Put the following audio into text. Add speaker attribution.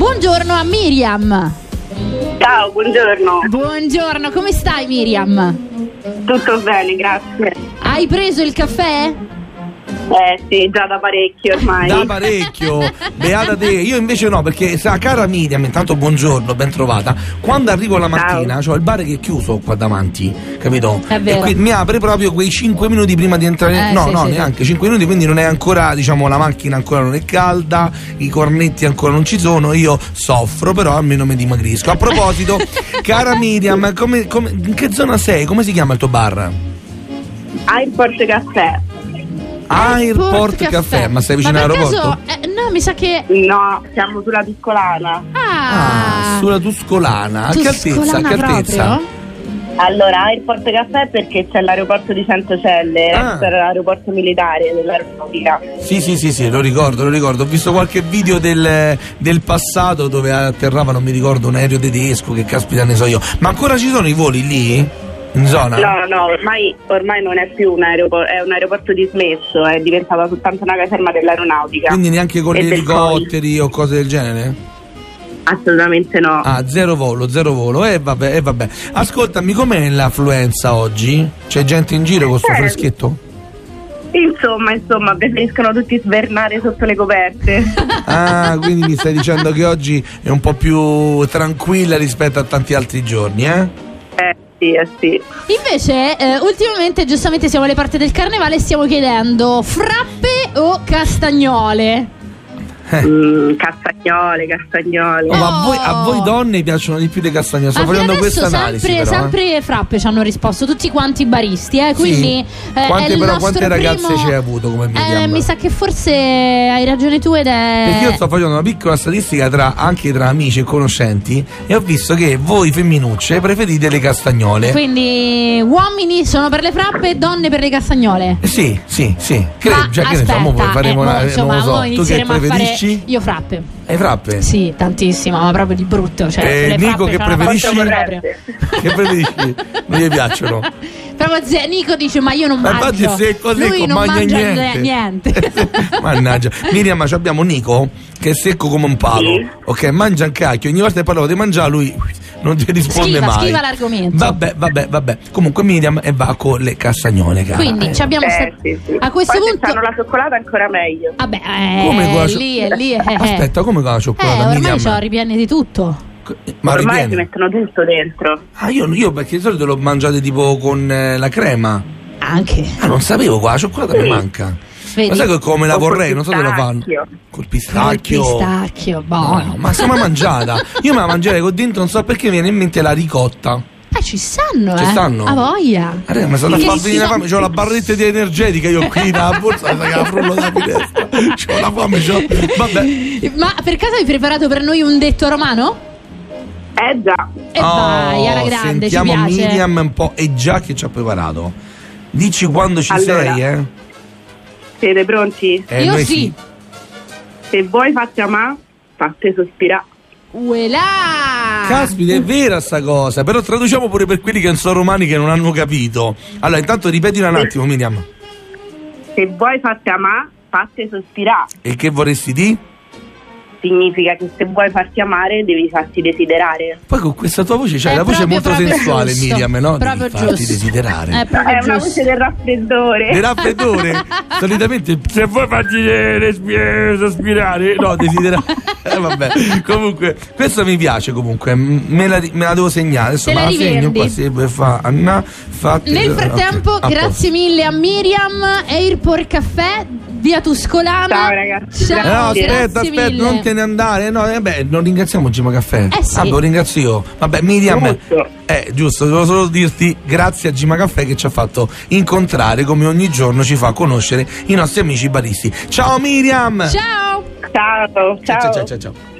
Speaker 1: Buongiorno a Miriam.
Speaker 2: Ciao, buongiorno.
Speaker 1: Buongiorno, come stai Miriam?
Speaker 2: Tutto bene, grazie.
Speaker 1: Hai preso il caffè?
Speaker 2: Eh sì, già da parecchio ormai.
Speaker 3: Da parecchio, beata te. Io invece no, perché sa, cara Miriam, intanto buongiorno, ben trovata. Quando arrivo la mattina, cioè il bar che è chiuso qua davanti, capito?
Speaker 1: È vero.
Speaker 3: E qui mi apre proprio quei 5 minuti prima di entrare.
Speaker 1: Eh,
Speaker 3: no,
Speaker 1: sì,
Speaker 3: no,
Speaker 1: sì,
Speaker 3: neanche 5 minuti, quindi non è ancora, diciamo, la macchina ancora non è calda, i cornetti ancora non ci sono, io soffro, però almeno mi dimagrisco. A proposito, cara Miriam, come- come- in che zona sei? Come si chiama il tuo bar?
Speaker 2: Airport Caffè.
Speaker 3: Airport Ah, Caffè, ma stai vicino
Speaker 1: per
Speaker 3: all'aeroporto?
Speaker 1: caso- eh, no, mi sa che...
Speaker 2: No, siamo sulla piccolana.
Speaker 1: Ah,
Speaker 3: Ah, sulla Tuscolana. A che altezza? A
Speaker 1: Tuscolana
Speaker 3: che altezza?
Speaker 1: proprio?
Speaker 2: Allora, Airport Caffè perché c'è l'aeroporto di Centocelle,
Speaker 3: Ah.
Speaker 2: per l'aeroporto militare dell'aeronautica.
Speaker 3: Sì, sì, sì, sì, lo ricordo, lo ricordo. Ho visto qualche video del, del passato dove atterrava, non mi ricordo, un aereo tedesco, che caspita ne so io. Ma ancora ci sono i voli lì? In zona?
Speaker 2: No, no, ormai, ormai non è più un aeroporto, è un aeroporto dismesso, è diventata soltanto una caserma dell'aeronautica.
Speaker 3: Quindi neanche con
Speaker 2: E
Speaker 3: gli
Speaker 2: del
Speaker 3: elicotteri o cose del genere?
Speaker 2: Assolutamente no.
Speaker 3: Ah, zero volo, zero volo. E vabbè, e vabbè. Ascoltami, com'è l'affluenza oggi? C'è gente in giro con sto
Speaker 2: Eh.
Speaker 3: freschetto?
Speaker 2: Insomma, insomma, preferiscono tutti svernare sotto le coperte.
Speaker 3: Ah, quindi mi stai dicendo che oggi è un po' più tranquilla rispetto a tanti altri giorni, eh?
Speaker 2: eh sì, eh sì.
Speaker 1: Invece, eh, ultimamente, giustamente siamo alle parti del carnevale e stiamo chiedendo frappe o castagnole?
Speaker 2: Mm, Eh, castagnole, castagnole.
Speaker 3: Oh, ma a
Speaker 1: No.
Speaker 3: voi, a voi donne piacciono di più le castagne? Sto
Speaker 1: Ah, fino
Speaker 3: facendo
Speaker 1: adesso
Speaker 3: questa analisi.
Speaker 1: Sempre,
Speaker 3: però, eh.
Speaker 1: sempre frappe ci hanno risposto, tutti quanti i baristi, eh, quindi... eh,
Speaker 3: Quante,
Speaker 1: è il
Speaker 3: però,
Speaker 1: nostro
Speaker 3: quante ragazze
Speaker 1: primo-
Speaker 3: ci hai avuto come
Speaker 1: Eh,
Speaker 3: Miriam?
Speaker 1: mi sa che forse hai ragione tu ed è...
Speaker 3: Perché io sto facendo una piccola statistica tra, anche tra amici e conoscenti e ho visto che voi femminucce preferite le castagnole.
Speaker 1: Quindi uomini sono per le frappe e donne per le castagnole.
Speaker 3: Eh, Sì, sì, sì. Cre-
Speaker 1: Ma
Speaker 3: cioè, che ne so,
Speaker 1: aspetta,
Speaker 3: mo
Speaker 1: eh,
Speaker 3: faremo una-
Speaker 1: mo,
Speaker 3: non
Speaker 1: insomma,
Speaker 3: lo so.
Speaker 1: mo
Speaker 3: Tu che
Speaker 1: inizieremo a
Speaker 3: preferisci?
Speaker 1: fare io frappe.
Speaker 3: Le frappe?
Speaker 1: Sì, tantissimo, ma proprio di brutto, cioè
Speaker 3: Eh,
Speaker 1: le
Speaker 3: Nico,
Speaker 1: frappe
Speaker 3: che
Speaker 1: c'hanno una
Speaker 3: preferisci?
Speaker 1: forza propria.
Speaker 2: Coperte.
Speaker 3: Che preferisci? Non gli piacciono.
Speaker 1: Proprio zia- Nico dice "Ma io non
Speaker 3: Ma
Speaker 1: mangio".
Speaker 3: infatti se è così
Speaker 1: Lui
Speaker 3: non
Speaker 1: non
Speaker 3: mangia
Speaker 1: niente.
Speaker 3: niente. Mannaggia. Miriam, ma ci abbiamo Nico che è secco come un palo.
Speaker 2: Sì.
Speaker 3: Ok, mangia un cacchio. Ogni volta che parlavo di mangiare lui non ti risponde
Speaker 1: Schiva,
Speaker 3: mai.
Speaker 1: schiva l'argomento.
Speaker 3: Vabbè, vabbè, vabbè. Comunque Miriam e va con le castagnole, cara.
Speaker 1: Quindi cioè, ci abbiamo sta-
Speaker 2: Eh, sì, sì.
Speaker 1: a questo
Speaker 2: Poi se
Speaker 1: punto
Speaker 2: fanno la cioccolata ancora meglio.
Speaker 1: Vabbè, eh,
Speaker 3: Come con la cio-
Speaker 1: lì è lì eh, eh.
Speaker 3: Aspetta, come con la cioccolata,
Speaker 1: Eh, ormai
Speaker 3: Miriam?
Speaker 1: c'ho ripieni di tutto.
Speaker 3: Ma
Speaker 2: Ormai ci
Speaker 3: rivieni.
Speaker 2: mettono tutto dentro.
Speaker 3: Ah, io, io perché di solito lo mangiate tipo con eh, la crema.
Speaker 1: Anche.
Speaker 3: Ah, non sapevo, qua la cioccolata mi manca. Ma
Speaker 1: Vedi?
Speaker 3: sai che come la
Speaker 2: O col
Speaker 3: vorrei? Non so se la fanno.
Speaker 2: pistacchio.
Speaker 3: Col
Speaker 1: Col
Speaker 3: pistacchio.
Speaker 1: pistacchio, boh.
Speaker 3: No,
Speaker 1: buono.
Speaker 3: no, ma se una mangiata. Io me la mangerei con dentro, non so perché mi viene in mente la ricotta.
Speaker 1: Eh, ci stanno,
Speaker 3: Ci
Speaker 1: eh.
Speaker 3: stanno.
Speaker 1: A voglia.
Speaker 3: Raga, mi sono
Speaker 1: Che
Speaker 3: fatto venire la
Speaker 1: schifo.
Speaker 3: fame, c'ho la barretta di energetica io qui la borsa, mi sa che la frullo da finestra. C'ho la fame, c'ho. Vabbè.
Speaker 1: Ma per caso hai preparato per noi un detto romano?
Speaker 2: Eh già.
Speaker 1: E vai, alla grande, ci
Speaker 3: Oh, sentiamo
Speaker 1: piace.
Speaker 3: Miriam un po'. E già che ci ha preparato. Dici quando ci
Speaker 2: Allora.
Speaker 3: sei, eh?
Speaker 2: Siete pronti?
Speaker 3: Eh,
Speaker 1: Io
Speaker 3: noi
Speaker 1: sì.
Speaker 2: Se voi fate amà, fate sospirare.
Speaker 1: Uelà!
Speaker 3: Caspita, è vera sta cosa, però traduciamo pure per quelli che non sono romani che non hanno capito. Allora, intanto ripetila un attimo, Miriam.
Speaker 2: Se voi fate amà, fate sospirare.
Speaker 3: E che vorresti di?
Speaker 2: Significa che se vuoi farti amare, devi farti desiderare.
Speaker 3: Poi con questa tua voce c'hai
Speaker 1: È
Speaker 3: la voce
Speaker 1: proprio,
Speaker 3: molto
Speaker 1: proprio
Speaker 3: sensuale,
Speaker 1: giusto.
Speaker 3: Miriam, no?
Speaker 1: Proprio
Speaker 3: Devi farti
Speaker 1: giusto. Eh,
Speaker 3: desiderare.
Speaker 1: È
Speaker 2: È
Speaker 1: proprio
Speaker 2: una
Speaker 1: giusto.
Speaker 2: voce del raffreddore.
Speaker 3: Del raffreddore solitamente se vuoi farti eh, respi- sospirare no desiderare Eh, vabbè comunque questo mi piace comunque m- me la, me la devo segnare adesso
Speaker 1: Te
Speaker 3: me
Speaker 1: la
Speaker 3: la segno
Speaker 1: rivendi.
Speaker 3: qua se vuoi fa Anna fatti
Speaker 1: Nel frattempo,
Speaker 3: ok, a posto.
Speaker 1: grazie mille a Miriam, Airport Caffè, via Tuscolana.
Speaker 2: Ciao, ragazzi,
Speaker 1: Ciao,
Speaker 3: Eh, no,
Speaker 2: grazie.
Speaker 3: aspetta,
Speaker 1: grazie
Speaker 3: aspetta,
Speaker 1: mille.
Speaker 3: non te ne andare. No, eh, beh, non ringraziamo Gimo Caffè.
Speaker 1: Eh, sì.
Speaker 3: Ah, lo ringrazio io. Vabbè, Miriam.
Speaker 2: Giusto.
Speaker 3: Eh, giusto, devo solo dirti grazie a Gima Caffè che ci ha fatto incontrare, come ogni giorno ci fa conoscere i nostri amici baristi. Ciao Miriam!
Speaker 1: Ciao!
Speaker 2: Ciao, ciao.
Speaker 3: ciao, ciao, ciao. ciao.